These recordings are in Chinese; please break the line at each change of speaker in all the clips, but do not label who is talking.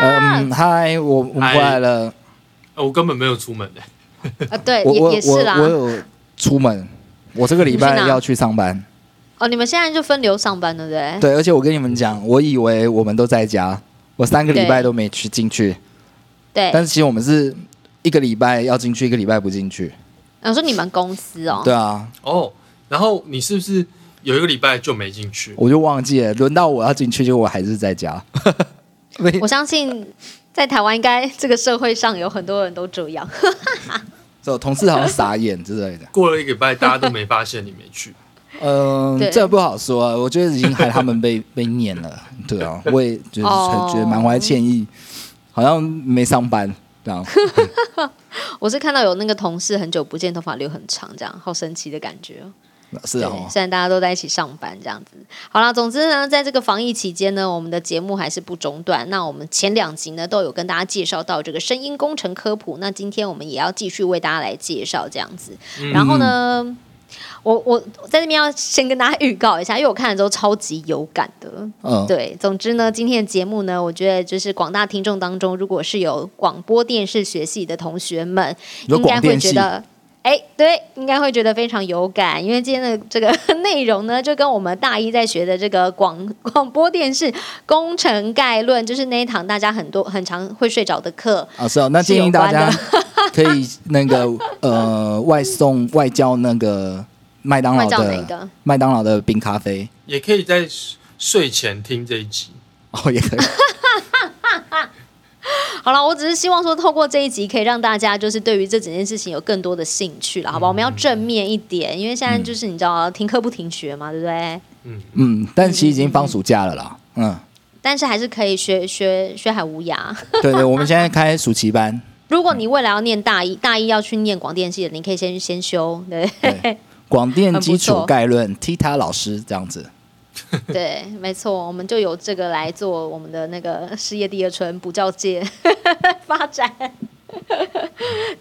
嗯
啊
嗨，我我们回来了。
呃我根本没有出门的、
啊，对，
我我
也也
我
是啦。
我有出门，我这个礼拜
你去哪
要去上班。
哦，你们现在就分流上班，对不对？
对，而且我跟你们讲，我以为我们都在家，我三个礼拜都没去进去，
对
但是其实我们是一个礼拜要进去，一个礼拜不进去。
然后说你们公司哦，
对啊，
哦。然后你是不是有一个礼拜就没进去？
我就忘记了，轮到我要进去，结果我还是在家。 没
我相信在台湾应该这个社会上有很多人都这样。
所以我同事好像傻眼之类的。
过了一个礼拜，大家都没发现你没去。
嗯，
对
这不好说、啊，我觉得已经害他 们被被念了，对啊，我也就是
哦
很觉得满怀歉意，好像没上班 这样，
我是看到有那个同事很久不见，头发留很长，这样好神奇的感觉哦。
是
对
哦，
虽然大家都在一起上班这样子。好啦，总之呢，在这个防疫期间呢，我们的节目还是不中断。那我们前两集呢都有跟大家介绍到这个声音工程科普，那今天我们也要继续为大家来介绍这样子。
嗯
然后呢？我我在这边要先跟大家预告一下，因为我看了之后超级有感的，
嗯，
对，总之呢，今天的节目呢，我觉得就是广大听众当中，如果是有广播电视学系的同学们，
你说
应该
广
会
电
觉
系
得。哎，对，应该会觉得非常有感，因为今天的这个 内容呢，就跟我们大一在学的这个广 广播电视工程概论，就是那一堂大家很多很常会睡着的课，
啊是哦，那
是
建
有
议大
关
家
的
可以 那个呃外送外交那个麦当劳
外教哪一
的
个？
麦当劳的冰咖啡
也可以在睡前听这一集。
哦也 可以，
好了，我只是希望说，透过这一集可以让大家就是对于这整件事情有更多的兴趣了，好吧？我们要正面一点，因为现在就是你知道停课不停学嘛，对不对？
嗯，但其实已经放暑假了啦，嗯，
但是还是可以学学学海无涯。
对对，我们现在开暑期班，
如果你未来要念大一，大一要去念广电系的，你可以先先修， 对
对，广电
很不
基础
错
概论，Tita 老师这样子，
对，没错，我们就有这个来做我们的那个事业第二春补教界 发展。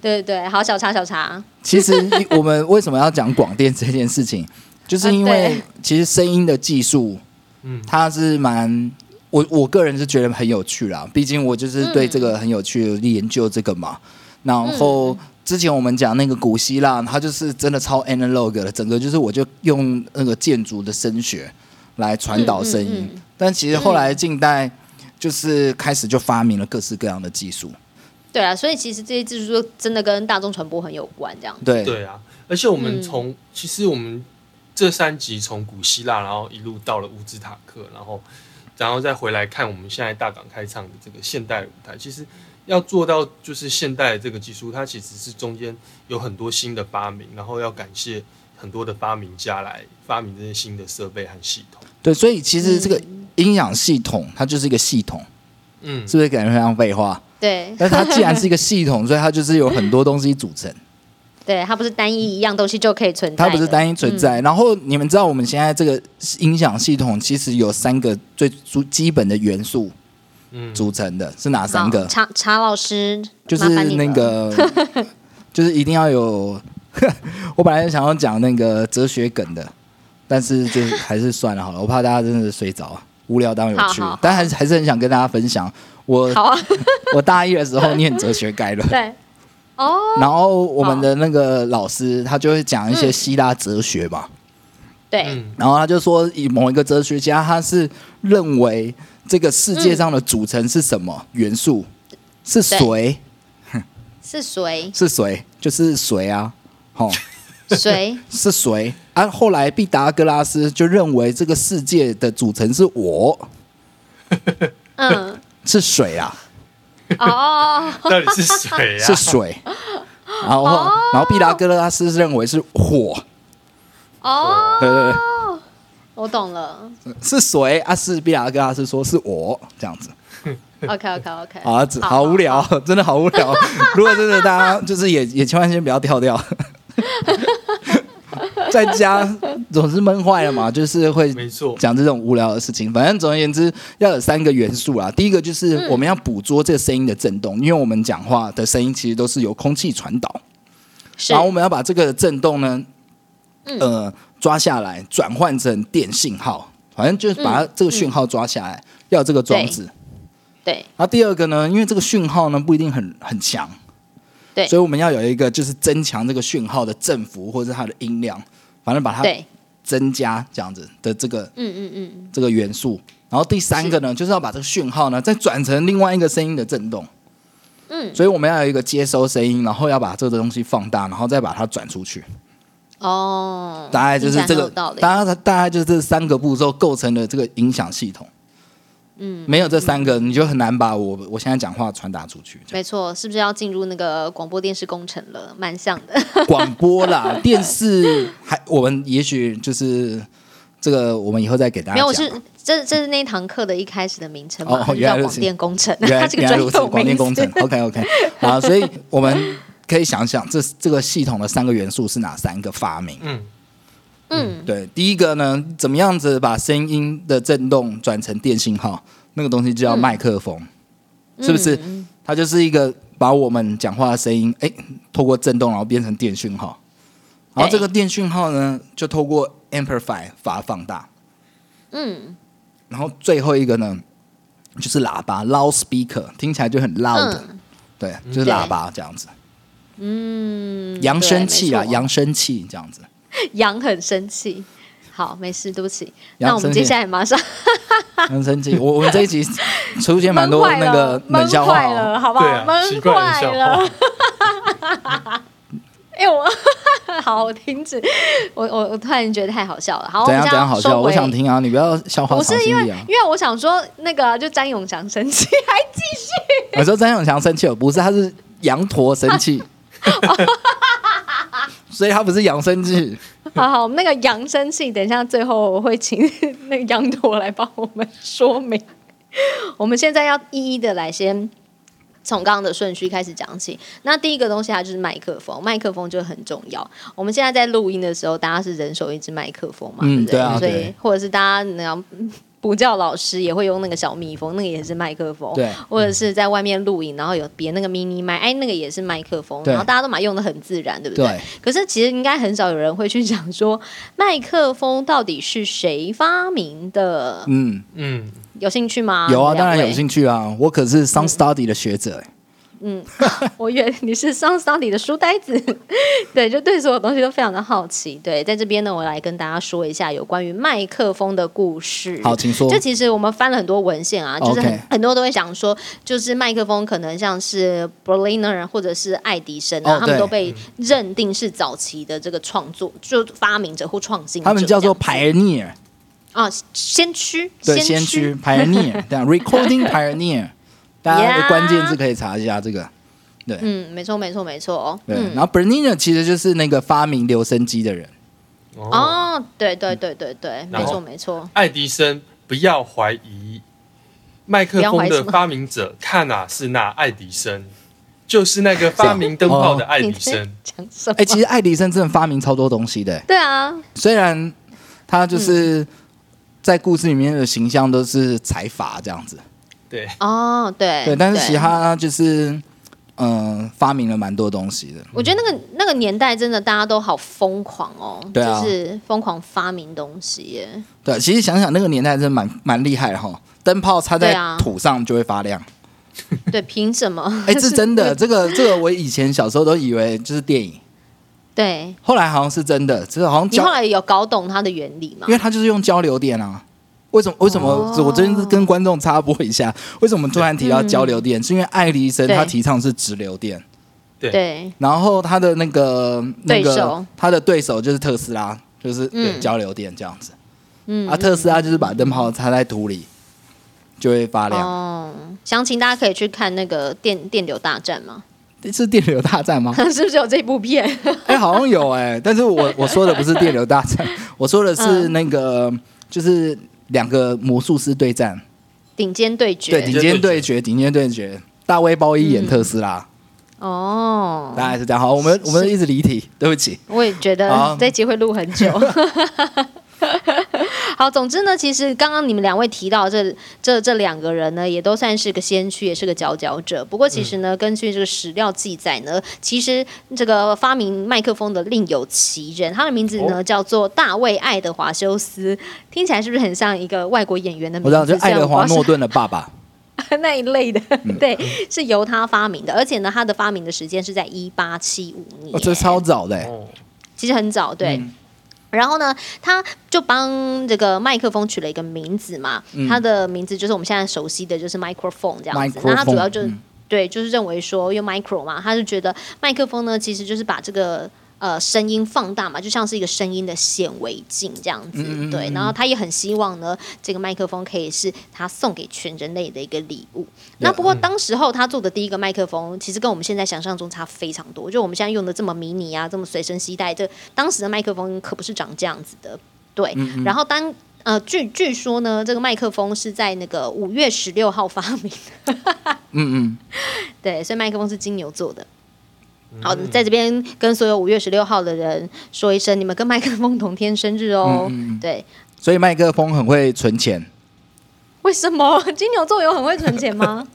对对对，好小茶小茶，
其实我们为什么要讲广电这件 事情，就是因
啊
为
对
其实声音的技术，
嗯
它是蛮我我个人是觉得很有趣啦，毕竟我就是对这个很有趣，研究这个嘛。然
嗯
后之前我们讲那个古希腊，它就是真的超 analog 的，整个就是我就用那个建筑的声学来传导声音。
嗯嗯嗯
但其实后来近代就是开始就发明了各式各样的技术，
对啊，所以其实这些技术就真的跟大众传播很有关，这样。
对
对啊，而且我
嗯
们从、其实我们这三集从古希腊，然后一路到了乌兹塔克，然后然后再回来看我们现在大港开唱的这个现代舞台，其实要做到就是现代的这个技术，它其实是中间有很多新的发明，然后要感谢很多的发明家来发明这些新的设备和系统。
对，所以其
嗯
实这个音响系统它就是一个系统，
嗯，
是不是感觉非常废话？
对
但它既然是一个系统，所以它就是有很多东西组成，
对，它不是单一一样东西就可以存在
它
的，嗯
不是单一存在。然后你们知道我们现在这个音响系统其实有三个最主基本的元素
嗯
组成的，是哪
好
三个？
哦查查老师，
就是
麻烦你
那
了
个， 就是一定要有。 我本来想要讲那个哲学梗的，但是就还是算了好了，我怕大家真的睡着，无聊当有趣
好好好，
但还是还是很想跟大家分享。我
好啊，
我大一的时候念哲学概论，
对，哦，
然后我们的那个老师他就会讲一些希腊哲学嘛，
对，
嗯
然后他就说以某一个哲学家他是认为这个世界上的组成是什么元素？是谁？
是谁？
是谁？就是谁啊？哦，
谁？
是谁啊？后来毕达哥拉斯就认为这个世界的组成是我，
嗯，
是水啊，
哦，
到底是谁 啊？
是水。然后，然后毕达哥拉斯认为是火，
哦，
对啊对对。
我懂了。
是谁啊？是毕达哥拉斯说是我这样子
OK OK OK，
啊，只 好无聊， 真的好无聊。如果真的大家就是也也千万先不要跳掉， 在家总是闷坏了嘛，就是会
没错，
讲这种无聊的事情。反正总而言之，要有三个元素啦。第一个就是我们要捕捉这个声音的震动，因为我们讲话的声音其实都是由空气传导，
是嗯
然后我们要把这个震动呢，呃，抓下来，转换成电信号，反正就是把它这个讯号抓下来，要有这个装置。
嗯对
然后第二个呢，因为这个讯号呢不一定很很强，
对
所以我们要有一个就是增强这个讯号的振幅或者它的音量，反正把它
对，
增加这样子的这个
嗯嗯嗯，
这个元素。然后第三个呢，就是要把这个讯号呢再转成另外一个声音的震动。
嗯，
所以我们要有一个接收声音，然后要把这个东西放大，然后再把它转出去。
哦，
大概就是这
听起来很有
个
道，理，
大概大概就是这三个步骤构成的这个影响系统。嗯，没有这三个，你就很难把我我现在讲话传达出去。这样
没错，是不是要进入那个广播电视工程了？蛮像 的，
广播 啦，电视还我们也许就是这个，我们以后再给大
没
家
有，我
讲
是
吧。
这这是那一堂课的一开始的名称嘛，
哦
它就
原来
叫
如
广
此
电工程，
原
它
来
是个
原来
专
如此，
有
广电
名
工
词
程。。OK OK，好，所以我们可以想想这这个系统的三个元素是哪三个发明？
嗯，
嗯，
对，第一个呢，怎么样子把声音的震动转成电信号？那个东西就叫麦克风，是不是？
嗯
它就是一个把我们讲话的声音，哎，透过震动然后变成电讯号，然后这个电讯号呢，就透过 amplify 把它放大，
嗯，
然后最后一个呢，就是喇叭 loudspeaker，听起来就很 loud，、
嗯
对，就是喇叭这样子。嗯，扬声器啊，
对没错
扬声器这样子。
羊很生气。好，没事，对不起。
羊
那我们
生气
接下来马上
很生气，我我们这一集出现蛮多那个冷
闷
笑话
坏
哦、
了，好不
对
好？
啊，
闷
奇怪
坏
的笑
了。
话，
哎、我好，我停止。我我我突然觉得太好笑了。好，
怎
我们
样
现在
怎样好笑？
收回
我想。听啊，你不要笑话
不
藏
是因
心
为
里啊，
因。为我想说那个啊就詹永祥生气，还记
我说张永强生气了，不是，他是羊驼生 气，所以他不是羊生气。
好好，我们那个羊生气，等一下最后我会请 那个羊驼来帮我们说明。 我们现在要一一的来先从刚刚的顺序开始讲起。那第一个东西它就是麦克风，麦克风就很重要。我们现在在录音的时候，大家是人手一支麦克风嘛，
嗯
对不
对啊
所以
对
或者是大家那样嗯补教老师也会用那个小蜜蜂，那个也是麦克风。
对
或者是在外面录影，然后有别那个 mini 麦，哎，那个也是麦克风，
对
然后大家都把它用的很自然，对不
对，
可是其实应该很少有人会去讲说麦克风到底是谁发明的，
嗯，
嗯，
有兴趣吗？
有啊，
你们
当
两
然
位
有。兴趣啊，我可是 Sound Study 的学者、欸
我以为你是 Sound Study 的书呆子， 对，就对所有东西都非常的好奇。对，在这边呢，我来跟大家说一下有关于麦克风的故事。
好，请说
这。其实我们翻了很多文献啊，就是很
OK
很多都会讲说，就是麦克风可能像是 Berliner 或者是爱迪生啊，
哦
他们
对
都被认定是早期的这个创作，就发明者或创新者这
他
样子。
们叫做 pioneer，
啊，先驱，
对，
先
先驱 pioneer，这样 recording pioneer，大家的
Yeah
关键字可以查一下这个。
嗯，没错，没错，没错哦。
对，
嗯，
然后 Bernina 其实就是那个发明留声机的人。
哦，
哦，对对对对对，没
然
错
后
没错，
爱迪生不要怀疑麦克风的发明者看哪是那爱迪生，就是那个发明灯泡的爱
你
迪
在
生。
讲什么？
哎、其实爱迪生真的发明超多东西的、欸，
对啊，
虽然他就是
嗯
在故事里面的形象都是财阀这样子，
对，
哦，对
对，但是其他就是嗯、呃发明了蛮多东西的。
我觉得那个那个年代真的大家都好疯狂哦，
对啊
就是疯狂发明东西耶。
对，其实想想那个年代真的蛮蛮厉害的哈，灯泡插在
对啊
土上就会发 亮，
对，凭什么？
哎、是真的。这个这个我以前小时候都以为就是电影，
对
后来好像是真的，这好像
你
交
后，来有搞懂它的原理吗
因？为它就是用交流电啊。为什么？为什么？
哦
我真是跟观众插播一下，为什么突然提到交流
嗯
电？是因为爱迪生
对
他提倡是直流电。
对，
然后他的那个那
对手
个他的对手就是特斯拉，就是
嗯
交流电这样子。
嗯
啊，特斯拉就是把灯泡插在土里，就会发亮。
哦，详情大家可以去看那个电电流大战嘛，？
是电流大战吗
是不是有这部片？
哎、好像有哎、但 是我我说的不是电流大战，我说的
嗯
是那个、就是两个魔术师对战，
顶尖对
对，
决
顶尖对决，顶尖对决，大卫鲍伊演特斯拉，
嗯哦，
大概是这样。好，我们我们一直离
嗯
题，对不起。
我也觉得
好
这集会录很久。 好，总之呢，其实刚刚你们两位提到这这这两个人呢，也都算是个先驱，也是个佼佼者。不过其实
嗯
呢，根据这个史料记载呢，其实这个发明麦克风的另有其人，他的名字呢、
哦
叫做大卫爱德华修斯，听起来是不是很像一个外国演员的
我
名
知
字？
道，就
虽
爱
然
德
我不
华
知道
诺嗯
是
顿的爸爸，
那一类的，对，是由他发明的，而且呢，他的发明的时间是在一八七五年，
哦，这超早的、欸，
哦，
其实很早，对。
嗯
然后呢，他就帮这个麦克风取了一个名字嘛，
嗯
他的名字就是我们现在熟悉的就是 microphone 这样子。那他主要就、
嗯
对，就是认为说用 micro 嘛，他就觉得麦克风呢其实就是把这个。呃，声音放大嘛，就像是一个声音的显微镜这样子，
嗯嗯嗯
对。
嗯
然后他也很希望呢，这个麦克风可以是他送给全人类的一个礼物。那不过
嗯
当时候他做的第一个麦克风，其实跟我们现在想象中差非常多。就我们现在用的这么迷你啊，这么随身携带，这当时的麦克风可不是长这样子的。对，
嗯
然后当呃据据说呢，这个麦克风是在那个五月十六号发明
嗯
对，所以麦克风是金牛座的。好，在这边跟所有五月十六号的人说一声，你们跟麦克风同天生日哦。对，
嗯，所以麦克风很会 存钱，
为什么 金牛座有很会存钱吗？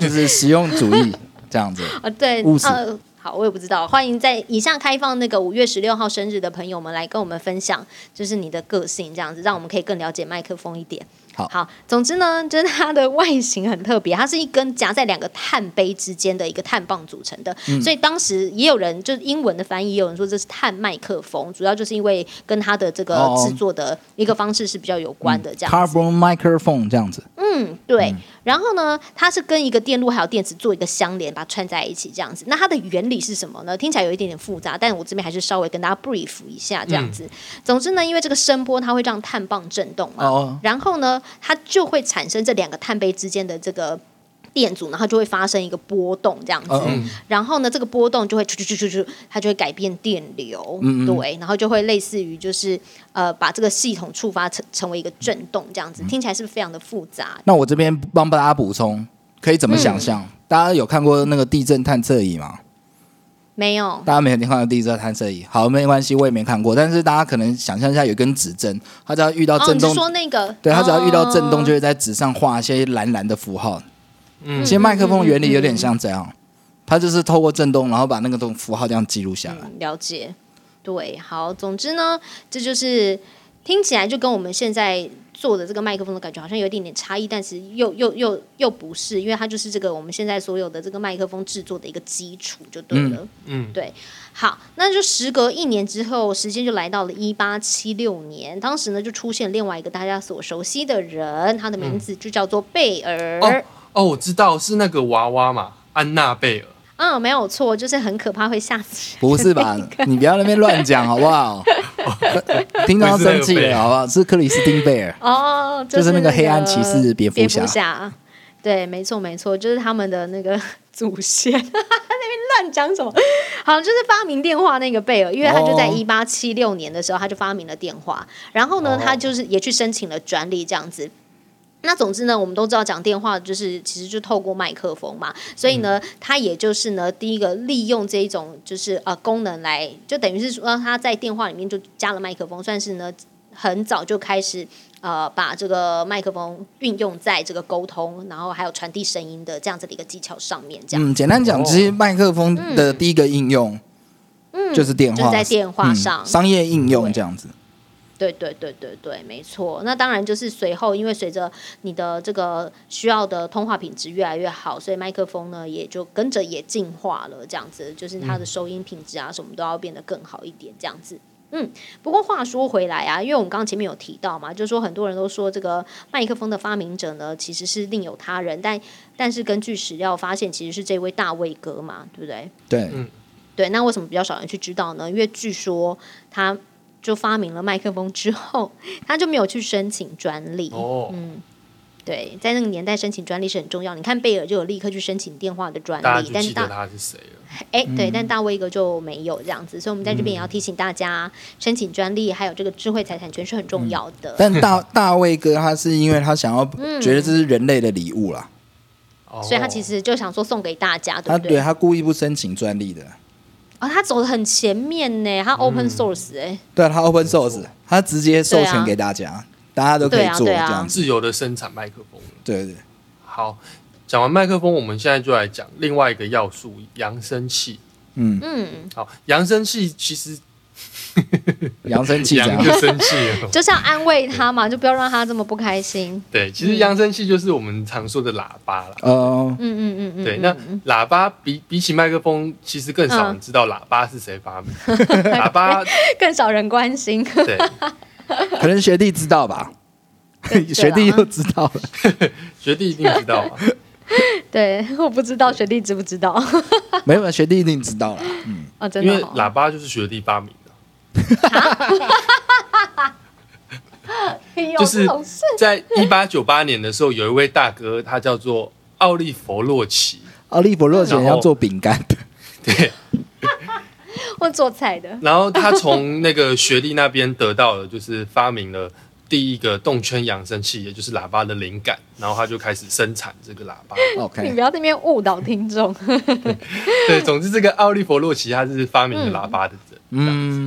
就是实用主义这样子。
啊，对
务，实
呃，好，我也不知道。欢迎在以下开放那个五月十六号生日的朋友们来跟我们分享，就是你的个性这样子，让我们可以更了解麦克风一点。
好
总之呢，就是它的外形很特别，它是一根夹在两个碳杯之间的一个碳棒组成的，
嗯
所以当时也有人就是英文的翻译，也有人说这是碳麦克风，主要就是因为跟它的这个
哦嗯
制作的一个方式是比较有关的这样子。
Carbon microphone 这样子，
嗯，对。然后呢，它是跟一个电路还有电池做一个相连，把它串在一起这样子。那它的原理是什么呢？听起来有一点点复杂，但我这边还是稍微跟大家 brief 一下这样子。总之呢，因为这个声波它会让碳棒震动嘛，
哦
然后呢，它就会产生这两个碳杯之间的这个。电阻，然后就会发生一个波动这样子，
嗯
嗯
然后呢，这个波动就会啾啾啾啾啾，它就会改变电流，对，然后就会类似于就是呃，把这个系统触发成成为一个震动这样子，听起来是不是非常的复杂？
那我这边帮大家补充，可以怎么想象？
嗯
大家有看过那个地震探测仪吗？
没有，
大家没有看过地震探测仪，好，没关系，我也没看过。但是大家可能想象一下，有一根指针，它只要遇到
哦，
震
你
动，
是说那个？
对，啊它只要遇到震动，
哦
就会在纸上画一些蓝蓝的符号。
嗯
其实麦克风原理有点像这样，它就是透过震动，然后把那个东符号这样记录下来。
嗯了解。对，好，总之呢，这就是听起来就跟我们现在做的这个麦克风的感觉好像有一点点差异，但是又又又又不是，因为它就是这个我们现在所有的这个麦克风制作的一个基础就对了。
嗯，
对，好，那就时隔一年之后，时间就来到了一八七六年，当时呢就出现另外一个大家所熟悉的人，他的名字就叫做贝尔。
哦哦，我知道是那个娃娃嘛，安娜贝尔。
嗯，没有错，就是很可怕，会吓死人。
不 是吧？你不要那边乱讲好不好？听到生气了好不好？是克里斯汀贝尔，
哦，
就是是那
个
个黑暗骑士蝙
蝙
蝠侠
侠。对，没错没错，就是他们的那个祖先。 那边乱讲什么？好，就是发明电话那个贝尔，因为他就在
哦
一八七六年的时候，他就发明了电话。然后呢，
哦
他就是也去申请了专利这样子。那总之呢，我们都知道讲电话就是其实就透过麦克风嘛，所以呢，
嗯
它也就是呢，第一个利用这一种就是呃功能来，就等于是说它在电话里面就加了麦克风，算是呢很早就开始呃把这个麦克风运用在这个沟通，然后还有传递声音的这样子的一个技巧上面，这样、
嗯，简单讲，
哦
其实麦克风的第一个应用，就是电
嗯就是
话，
在电话
嗯
上，
商业应用
对
这样子。
对对对对对，没错。那当然就是随后，因为随着你的这个需要的通话品质越来越好，所以麦克风呢也就跟着也进化了，这样子就是它的收音品质啊什么都要变得更好一点，这样子。嗯，不过话说回来啊，因为我们刚刚前面有提到嘛，就是说很多人都说这个麦克风的发明者呢其实是另有他人，但但是根据史料发现，其实是这位大卫哥嘛，对不对？
对，
对，那为什么比较少人去知道呢？因为据说他就发明了麦克风之后，他就没有去申请专利。
哦，
对，在那个年代申请专利是很重要。你看贝尔就有立刻去申请电话的专
大家
利，
就
但是
记
大
得他是谁了。
哎，
嗯
对，但大卫哥就没有这样子，所以我们在这边也要提醒大家，申请专利还有这个智慧财产权是很重要的。
嗯但 大大卫哥他是因为他想要
嗯
觉得这是人类的礼物啦，
哦，
所以他其实就想说送给大家，对
他
不对？
对啊他故意不申请专利的，
啊、他走的很前面呢，
嗯
他 open source 哎、
对啊他 open source，他直接授
对啊
权给大家，大家都可
对
以
啊
做这
对啊
样子。
自由的生产麦克风了。
对对，
好，讲完麦克风，我们现在就来讲另外一个要素——扬声器。
嗯，
嗯，
好，扬声器其实
扬声器这
羊
样
就。生气 了。
就是要安慰他嘛，就不要让他这么不开心。
对，其实扬声器就是我们常说的喇叭啦。
呃，
嗯嗯嗯嗯，
对，那喇叭比比起麦克风，其实更少人知道喇叭是谁发明。 喇叭
更少人关 心。
对，
可能学弟知道吧，
啊
学弟又知道 了。
学弟一定知道嘛。啊
对，我不知道学弟知不知 道
没有，学弟一定知道了。嗯，
哦， 真
因
的
为
哦、
喇叭就是学弟发明的，
有
就是
这种事
在一八九八年的时候，有一位大哥，他叫做奥利弗洛奇，
奥利弗洛姐要做饼干的，
对，
我做菜的，
然后他从那个学弟那边得到了，就是发明了第一个动圈扬声器，也就是喇叭的灵感，然后他就开始生产这个喇叭。
你
OK，嗯
不要在那边误导听众。
对，总之这个奥利弗洛奇他是发明了喇叭的人，
嗯，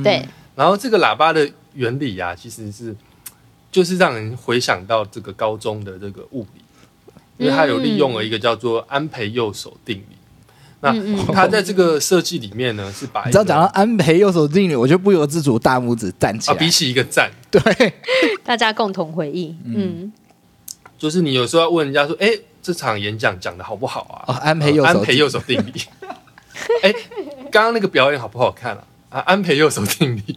对，
然后这个喇叭的原理啊，其实是就是让人回想到这个高中的这个物理，因为它有利用了一个叫做安培右手定理。那它在这个设计里面呢，是把
你
一
知
个
道讲到安培右手定律，我就不由自主大拇指站起
啊，
来
比。起一个赞，
对，
大家共同回忆。嗯，
就是你有时候要问人家说，哎，这场演讲讲的好不好啊？
哦安培右手
安培右手定理。 哎，刚刚那个表演好不好看啊？啊，安培右手定理。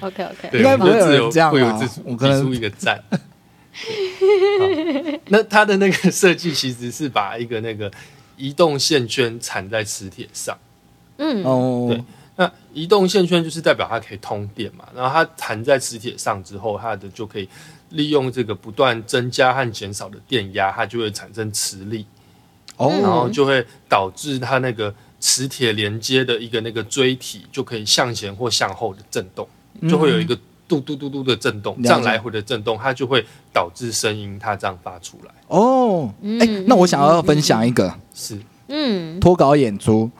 OK OK，
对，
应该不
我
会
就
有
只
人这样啊
会有自
我可能
提出一个 赞。好那它的那个设计其实是把一个那个移动线圈缠在磁铁上。
嗯
哦
对，那移动线圈就是代表它可以通电嘛，然后它缠在磁铁上之后，它的就可以利用这个不断增加和减少的电压，它就会产生磁力，然
嗯
哦，
后就会导致它那个磁铁连接的一个那个锥体就可以向前或向后的震动，就会有一个嘟嘟嘟嘟的震动，
了解
这样来回的震动，它就会导致声音它这样发出来。
哦，哎，那我想要分享一个
是，
嗯，
脱稿演出。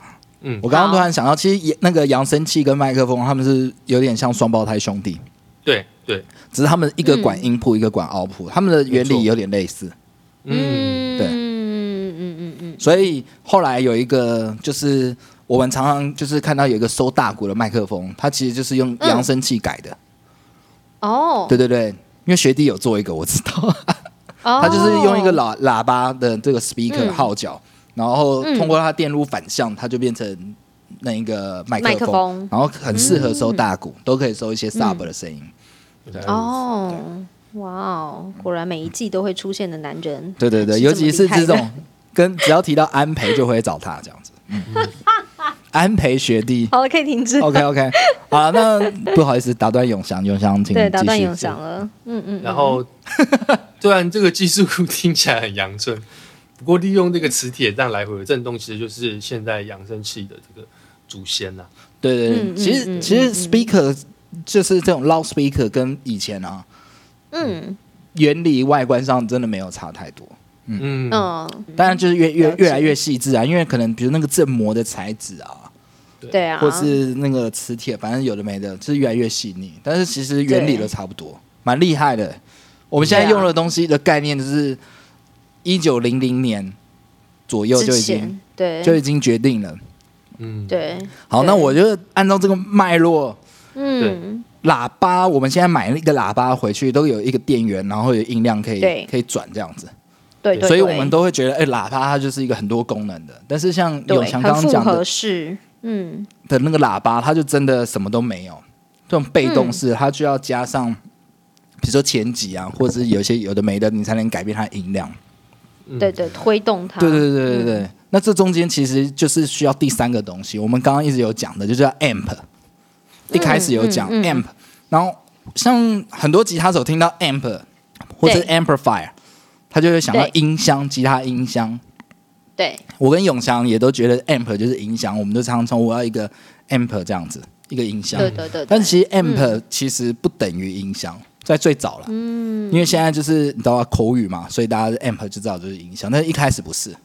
嗯
我，刚刚突然想到，其实那个扬声器跟麦克风，他们是有点像双胞胎兄弟，
对对，
只是他们一个管
嗯
音谱，一个管凹谱，他们的原理有点类似。
嗯，
嗯，
对
嗯嗯嗯嗯
所以后来有一个就是我们常常就是看到有一个收大鼓的麦克风，它其实就是用
嗯
扬声器改的。
哦，
对对对，因为学弟有做一个，我知道，
哦，
他就是用一个喇喇叭的这个 speaker
嗯
号角，然后
嗯
通过它电路反向，它就变成那一个麦
麦
克
克
风，
风嗯
然后很适合收大鼓，都可以收一些 sub 的声音。
啊
哦。哇哦，果然每一季都会出现的男人，
对对对，
是
尤
这么
其是
厉害
这
的
种跟只要提到安培就会找他这样子，嗯、安培学弟。
好了，可以停止。
OK OK，好了，那不好意思打断永祥，永祥请
对，打断
继续
永祥了。嗯嗯，
然后 虽然这个技术听起来很阳春，不过利用这个磁铁这样来回的震动，其实就是现在扬声器的这个祖先啊呐、
对对对，
嗯嗯
其实、
嗯
其实 speaker 就是这种 loudspeaker 跟以前啊
嗯
原理外观上真的没有差太多，
嗯
嗯，
当然就是越越
了解
越来越细致啊，因为可能比如那个振膜的材质啊，
对啊，
或是那个磁铁，反正有的没的，就是越来越细腻，但是其实原理都差不多，蛮厉害的。我们现在
对啊
用的东西的概念就是一九零零年左右就
之
已经
前对
就已经决定了。
嗯，
对，
好，
对
那我就按照这个脉络，
嗯
喇叭，我们现在买了一个喇叭回去，都有一个电源，然后有音量可以
对
可以转这样子，
对对，
所以我
对
们都会觉得，哎、喇叭它就是一个很多功能的。但是像
对
永强刚刚
很
讲
复
的
合式，嗯
的那个喇叭，它就真的什么都没有，这种被
嗯
动式，它就要加上，比如说前几啊，或者是有一些有的没的，你才能改变它的音量。
嗯
对对，推动它，
对对对对
嗯
对。那这中间其实就是需要第三个东西，我们刚刚一直有讲的，就叫 amp。一开始有讲
嗯嗯
amp，然后像很多吉他手听到 amp 或者是 amplifier，他就会想到
对
音箱，吉他音箱。
对
我跟永强也都觉得 amp 就是音箱，我们都常常说我要一个 amp 这样子，一个音箱。
对对对，
但
对
其实 amp 其实不等于音箱，在最早了，嗯，因为现在就是你知道口语嘛，所以大家 amp 就知道就是音箱，但是一开始不是。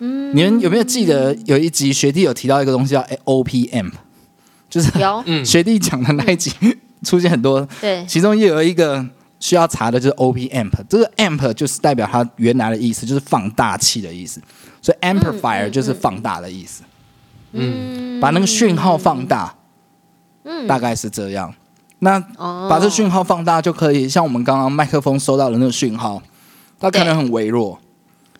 嗯，你们有没有记得有一集学弟有提到一个东西叫 op amp，就是
有
嗯
学弟讲的那一集 出现很多，
对
其中又有一个需要查的就是 op amp，这个 amp 就是代表它原来的意思，就是放大器的意思，所以 amplifier 就是放大的意思，
嗯
把那个讯号放大。嗯，大概是这样。那
哦
把这讯号放大就可以，像我们刚刚麦克风收到的那个讯号，它可能很微弱，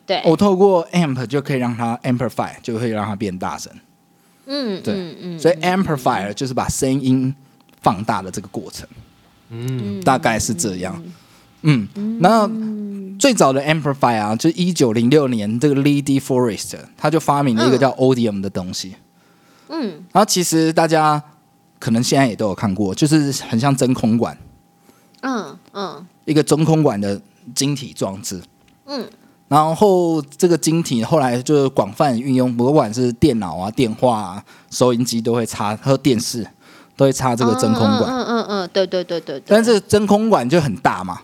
对，
我透过 amp 就可以让它 amplify，就可以让它变大声。
嗯，
对
嗯嗯，
所以 amplifier 就是把声音放大的这个过程，
嗯，
大概是这样。嗯，那最早的 amplifier 啊，就一九零六年这个 Lee D. Forest 他就发明了一个叫 Odium 的东西。
嗯，
然后其实大家可能现在也都有看过，就是很像真空管，
嗯嗯
一个真空管的晶体装置。
嗯，
然后这个晶体后来就是广泛运用，不管是电脑啊、电话啊、收音机都会插，和电视都会插这个真空管。
嗯嗯嗯嗯，对对对对对，
但是呃真空管就很大嘛，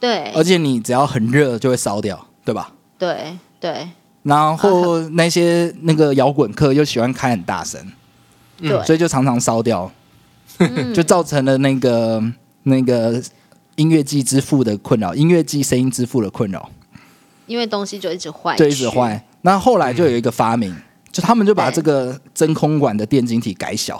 对
而且你只要很热就会烧掉，对吧？
对对
然后那些那个摇滚客又喜欢开很大声，
对，
嗯所以就常常烧掉，
嗯
就造成了那个那个音乐季之父的困扰，音乐季声音之父的困扰，
因为东西就一直坏，嗯
就一直，坏。那后来就有一个发明，就他们就把
对
这个真空管的电晶体改小。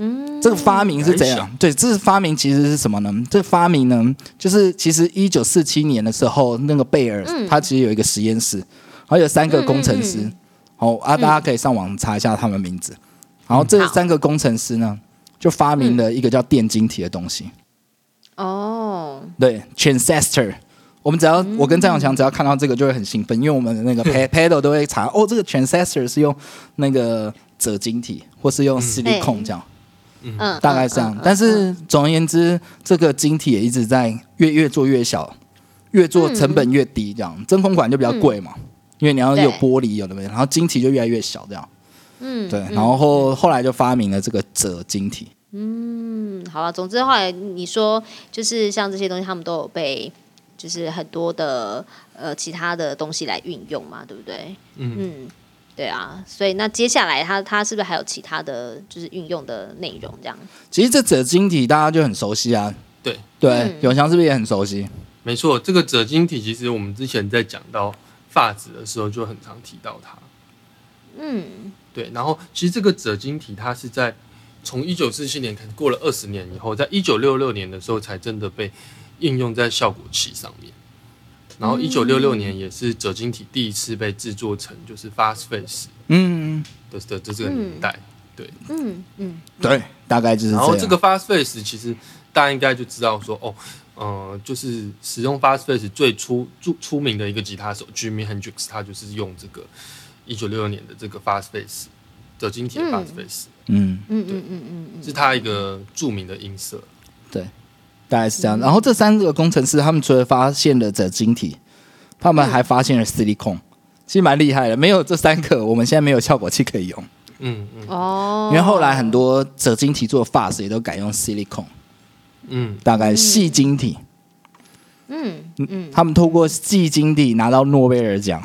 嗯，
这个发明是怎
改
样？对，这发明其实是什么呢？这发明呢，就是其实一九四七年的时候，那个贝尔、
嗯
他其实有一个实验室，然后有三个工程师
嗯嗯，嗯
哦啊，大家可以上网查一下他们名字。然后这
好嗯
三个工程师呢，就发明了一个叫电晶体的东西，
哦，
对，transistor。我们只要、我跟张永强只要看到这个就会很兴奋，因为我们的那个 pad paddle 都会查哦，这个 transistor 是用那个锗晶体或是用 silicon 这样。
嗯，
大概是这样。但是总而言之，这个晶体也一直在越越做越小，越做成本越低，这样、真空管就比较贵嘛，因为你要有
嗯对
玻璃有的没的，然后晶体就越来越小这样。
嗯，
对，然后后来就发明了这个锗晶体。
嗯，好了，总之后来你说就是像这些东西，他们都有被就是很多的呃其他的东西来运用嘛，对不对？
嗯
对啊，所以那接下来它它是不是还有其他的就是运用的内容这样？
其实这锗晶体大家就很熟悉啊。
对
对，
嗯
永祥是不是也很熟悉？
没错，这个锗晶体其实我们之前在讲到发质的时候就很常提到它。
嗯
对，然后其实这个锗晶体它是在从一九四七年开始过了二十年以后，在一九六六年的时候才真的被应用在效果器上面。然后一九六六年也是锗晶体第一次被制作成就是 fast face
嗯，
的的的这个年代。对，
嗯嗯
对，大概就是这
然
样。
后这个 fast face 其实大家应该就知道说哦。呃，就是使用 fast face 最出出出名的一个吉他手 Jimi Hendrix，他就是用这个一九六六年的这个 fast face 锗晶体的 fast
嗯
face，、
嗯，
嗯嗯嗯嗯
是他一个著名的音色。
大概是这样。然后这三个工程师他们除了发现了锗晶体，他们还发现了 silicon，、其实蛮厉害的。没有这三个，我们现在没有效果器可以用。
嗯嗯
嗯，哦，
因为后来很多锗晶体做的发饰也都改用 silicon，
嗯
大概细晶体。
嗯嗯，
他们透过细晶体拿到诺贝尔奖，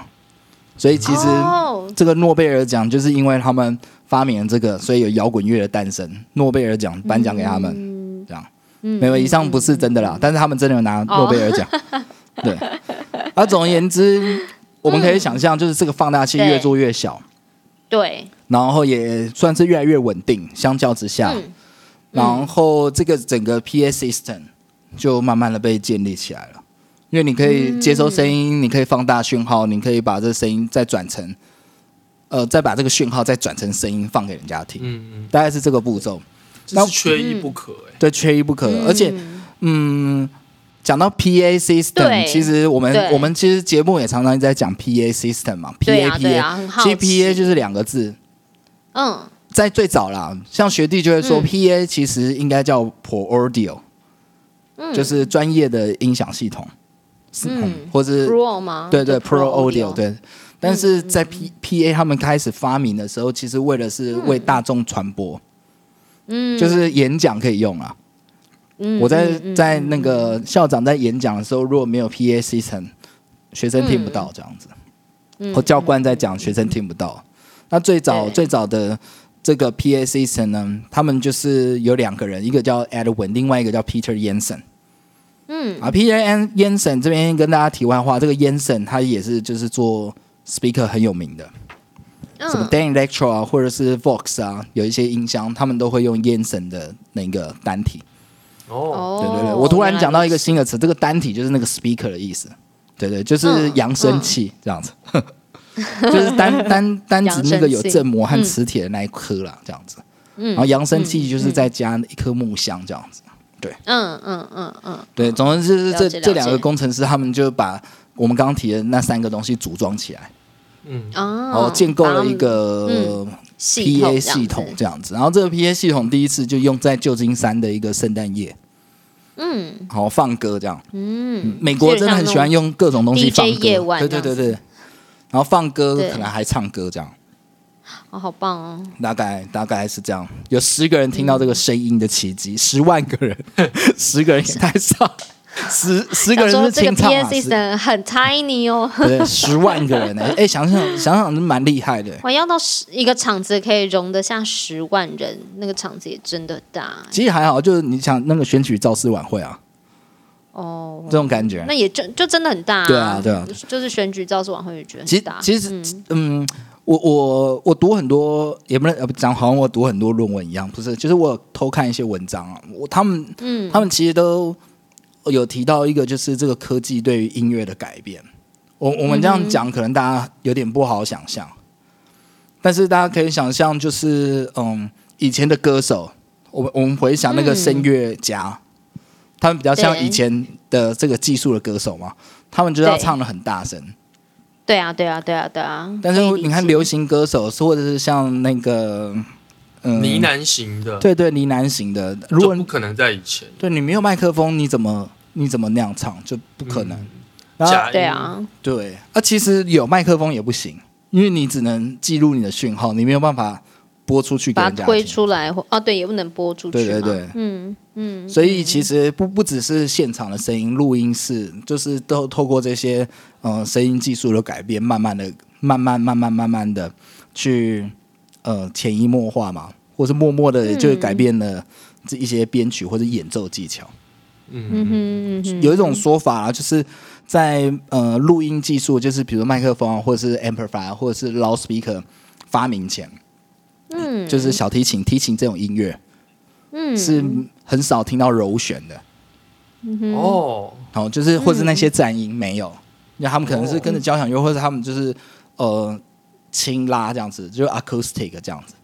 所以其实
哦
这个诺贝尔奖就是因为他们发明了这个，所以有摇滚乐的诞生。诺贝尔奖颁奖给他们，
嗯
这样
嗯
没有以上不是真的啦，但是他们真的有拿诺贝尔奖。
哦
对， 而总而言之，我们可以想象，就是这个放大器
对
越做越小，
对
然后也算是越来越稳定，相较之下。
嗯
然后这个整个 PS system 就慢慢的被建立起来了，因为你可以接收声音，你可以放大讯号，你可以把这声音再转成，呃，再把这个讯号再转成声音放给人家听，
嗯嗯，
大概是这个步骤，
嗯
这是缺
嗯
一不可哎、
对，缺一不可。而且，嗯，讲到 PA
对
system，其实我们
对
我们其实节目也常常在讲 PA system 嘛
对
，PA
啊对啊
PA，
很好
其实 PA
奇
就是两个字，
嗯
在最早啦，像学弟就会说
嗯
，PA 其实应该叫 Pro Audio，、
嗯
就是专业的音响系统，嗯
嗯，
或是
Pro 吗？
对对
就 Pro
Pro Audio
Audio 嗯
对。但是在 P P A 他们开始发明的时候，其实为的是为大众传播，
嗯，
就是演讲可以用啊。
嗯
我在
嗯嗯
在那个校长在演讲的时候，如果没有 P A system，学生听不到这样子。
嗯
和教官在讲，学生听不到。那最早
对
最早的这个 PA system 呢，他们就是有两个人，一个叫 Edwin，另外一个叫 Peter Jensen。
嗯
啊，Peter An- Jensen 这边跟大家题外话，这个 Jensen 他也是就是做 speaker 很有名的，
嗯
什么 Dan Electro 啊，或者是 Vox 啊，有一些音箱，他们都会用 Yanson 的那个单体。
哦，
哦，
对对对，我突然讲到一
原
个
来
新的词，这个单体就是那个 speaker 的意思。对对，
嗯
就是扬声器这样子， 就是 单单单指那个有振膜和磁铁的那一颗啦，这样子。
嗯
然后扬声器就是再加一颗木箱这样子。
如此，嗯嗯嗯嗯，
对，总之就是
了
这
解了
这两个
解
工程师，他们就把我们刚刚提的那三个东西组装起来，
嗯，
哦，
然后建构了一个
嗯系
PA
统
系统
这样子
这样子。然后这个 PA 系统第一次就用在旧金山的一个圣诞夜，
嗯
然后放歌这样。
嗯，
美国真的很喜欢用各种东西放歌，
DJ 夜晚
对对对对。然后放歌，
对
可能还唱歌这样，
哦，好棒哦，
大概大概是这样。有十个人听
嗯
到这个声音的奇迹，十万个人， 十个人也太少了，十十个
想
人
说
是
这个
清
P
唱
S
啊，
system
十
很 tiny 哦，
对，十万个人呢、哎、想想想想是蛮厉害的、欸
我要到十一个场子可以容得下十万人，那个场子也真的大
其实还好，就是你想那个选举造势晚会啊，
哦
这。种感觉
那。也就就真的很大、
对啊对啊
就是选举造势晚会也觉得
其
很
实
大。
其实嗯，我我我读很多，也不能呃不讲，好像我读很多论文一样，不是，就是我有偷看一些文章啊，我他们
嗯
他们其实都有提到一个，就是这个科技对于音乐的改变。我我们这
嗯
样讲，可能大家有点不好想象，但是大家可以想象，就是嗯，以前的歌手，我们我们回想那个声乐家，他们比较像
嗯对
以前的这个技术的歌手嘛，他们就要
对
唱的很大声。
对啊对啊对啊对啊。
但是
可以理解
你看，流行歌手或者是像那个嗯
呢，喃型的，，
对对呢喃型的，如果
不可能在以前，
对你没有麦克风，你怎么你怎么那样唱就不可能。
嗯
然后
假音
对，啊，
对啊，其实有麦克风也不行，因为你只能记录你的讯号，你没有办法播出去给
把
人
它
家
推
听。
出来或哦对，也不能播出去
对对
嘛
对
嗯嗯，
所以其实不不只是现场的声音，录音室就是都透过这些呃声音技术的改变，慢慢的、慢慢、慢慢、慢慢的去呃潜移默化嘛，或是默默
嗯
的就改变了这一些编曲或者演奏技巧。
嗯
嗯，
哼嗯哼
有一种说法啊，就是在呃录音技术，就是比如麦克风啊，或者是 amplifier 或者是 loudspeaker 发明前，
嗯
就是小提琴、提琴这种音乐
嗯
是很少听到柔弦的。
嗯
哦，
哦，就是或是那些战音没有，那、他们可能是
哦
跟着交响乐，或者他们就是呃轻拉这样子，就是 acoustic 这样子。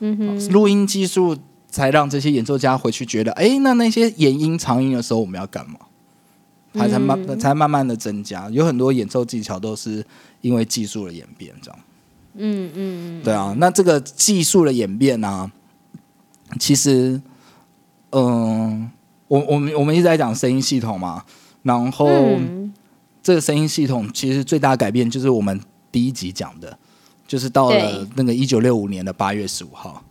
嗯哼
录音技术才让这些演奏家回去觉得，哎，那那些延音、长音的时候我们要干嘛？它才
嗯
慢、才慢慢的增加，有很多演奏技巧都是因为技术的演变这样。
嗯嗯
对啊，那这个技术的演变呢、啊其实，嗯、我我们我们一直在讲声音系统嘛，然后、
嗯
这个声音系统其实最大的改变就是我们第一集讲的，就是到了
对
那个一九六五年的八月十五号，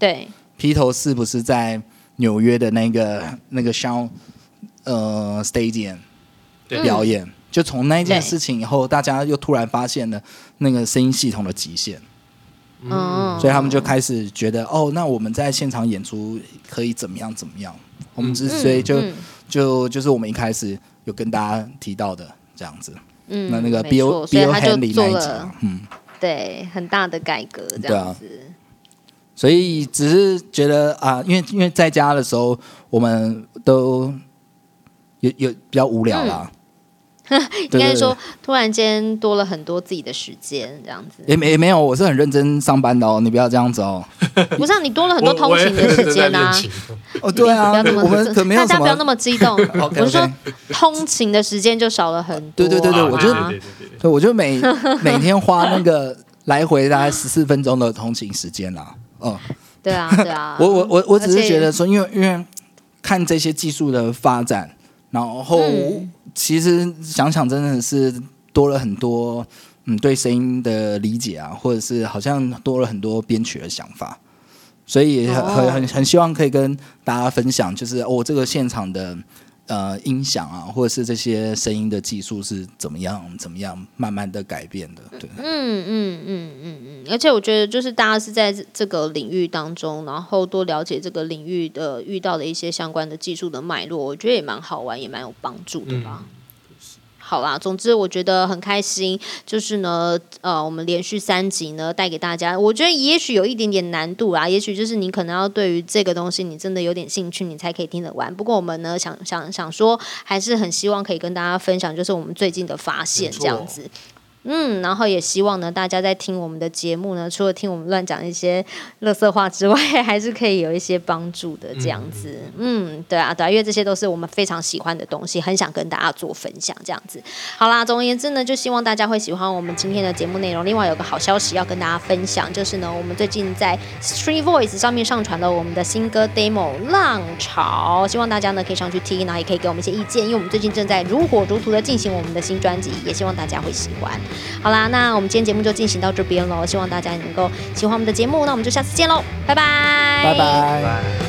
对
披头士不是在纽约的那个那个 Shaw 呃 Stadium
对
表演，就从那一件
嗯对
事情以后，大家又突然发现了那个声音系统的极限。
嗯，
所以他们就开始觉得，哦，那我们在现场演出可以怎么样怎么样？我们之所以就、
嗯
就就是我们一开始有跟大家提到的这样子，
嗯
那那个
没
Bill
错所以
Bill
他就
Henry
做
那一集
了
啊，嗯，
对很大的改革这
对啊
样子，
所以只是觉得啊，因为因为在家的时候，我们都有有比较无聊啦，
嗯应
对
该是
对对
说突然间多了很多自己的时间这样子，
也没也没有，我是很认真上班的哦，你不要这样子哦。
不是啊你多了很多
我
通勤的时间啊。，
哦，对啊，
不要那么
我们可没有
大
什
家不要那
么。
么激 动。我
OK，OK
是说，通勤的时间就少了很多啊。
对对对对
对，
我
我
觉
觉
得
得对对对对，
对，我就每 每天花那个来回大概十四分钟的通勤时间啦。哦、
对啊对啊
。我我我我只
而
是
且
觉得说，因为因为看这些技术的发展，然后、
嗯
其实想想真的是多了很多，嗯，对声音的理解啊，或者是好像多了很多编曲的想法，所以很
哦
很很很希望可以跟大家分享，就是我、哦、这个现场的。呃，音响啊，或者是这些声音的技术是怎么样、怎么样慢慢的改变的，对。
嗯嗯嗯嗯嗯，而且我觉得就是大家是在这这个领域当中，然后多了解这个领域的
嗯
遇到的一些相关的技术的脉络，我觉得也蛮好玩，也蛮有帮助的啦。好啦，总之我觉得很开心，就是呢，呃，我们连续三集呢带给大家，我觉得也许有一点点难度啊啦，也许就是你可能要对于这个东西你真的有点兴趣，你才可以听得完。不过我们呢想想想说，还是很希望可以跟大家分享，就是我们最近的发现
没错
这样子。嗯，然后也希望呢，大家在听我们的节目呢，除了听我们乱讲一些乐色话之外， 还是可以有一些帮助的这样子。嗯对啊，对啊，因为这些都是我们非常喜欢的东西，很想跟大家做分享这样子。好啦，总而言之呢，就希望大家会喜欢我们今天的节目内容。另外有个好消息要跟大家分享，就是呢，我们最近在 Street Voice 上面上传了我们的新歌 demo《浪潮》，希望大家呢可以上去听，然后也可以给我们一些意见，因为我们最近正在如火如荼的进行我们的新专辑，也希望大家会喜欢。好啦，那我们今天节目就进行到这边喽，希望大家能够喜欢我们的节目，那我们就下次见喽，拜拜，
拜拜。
拜。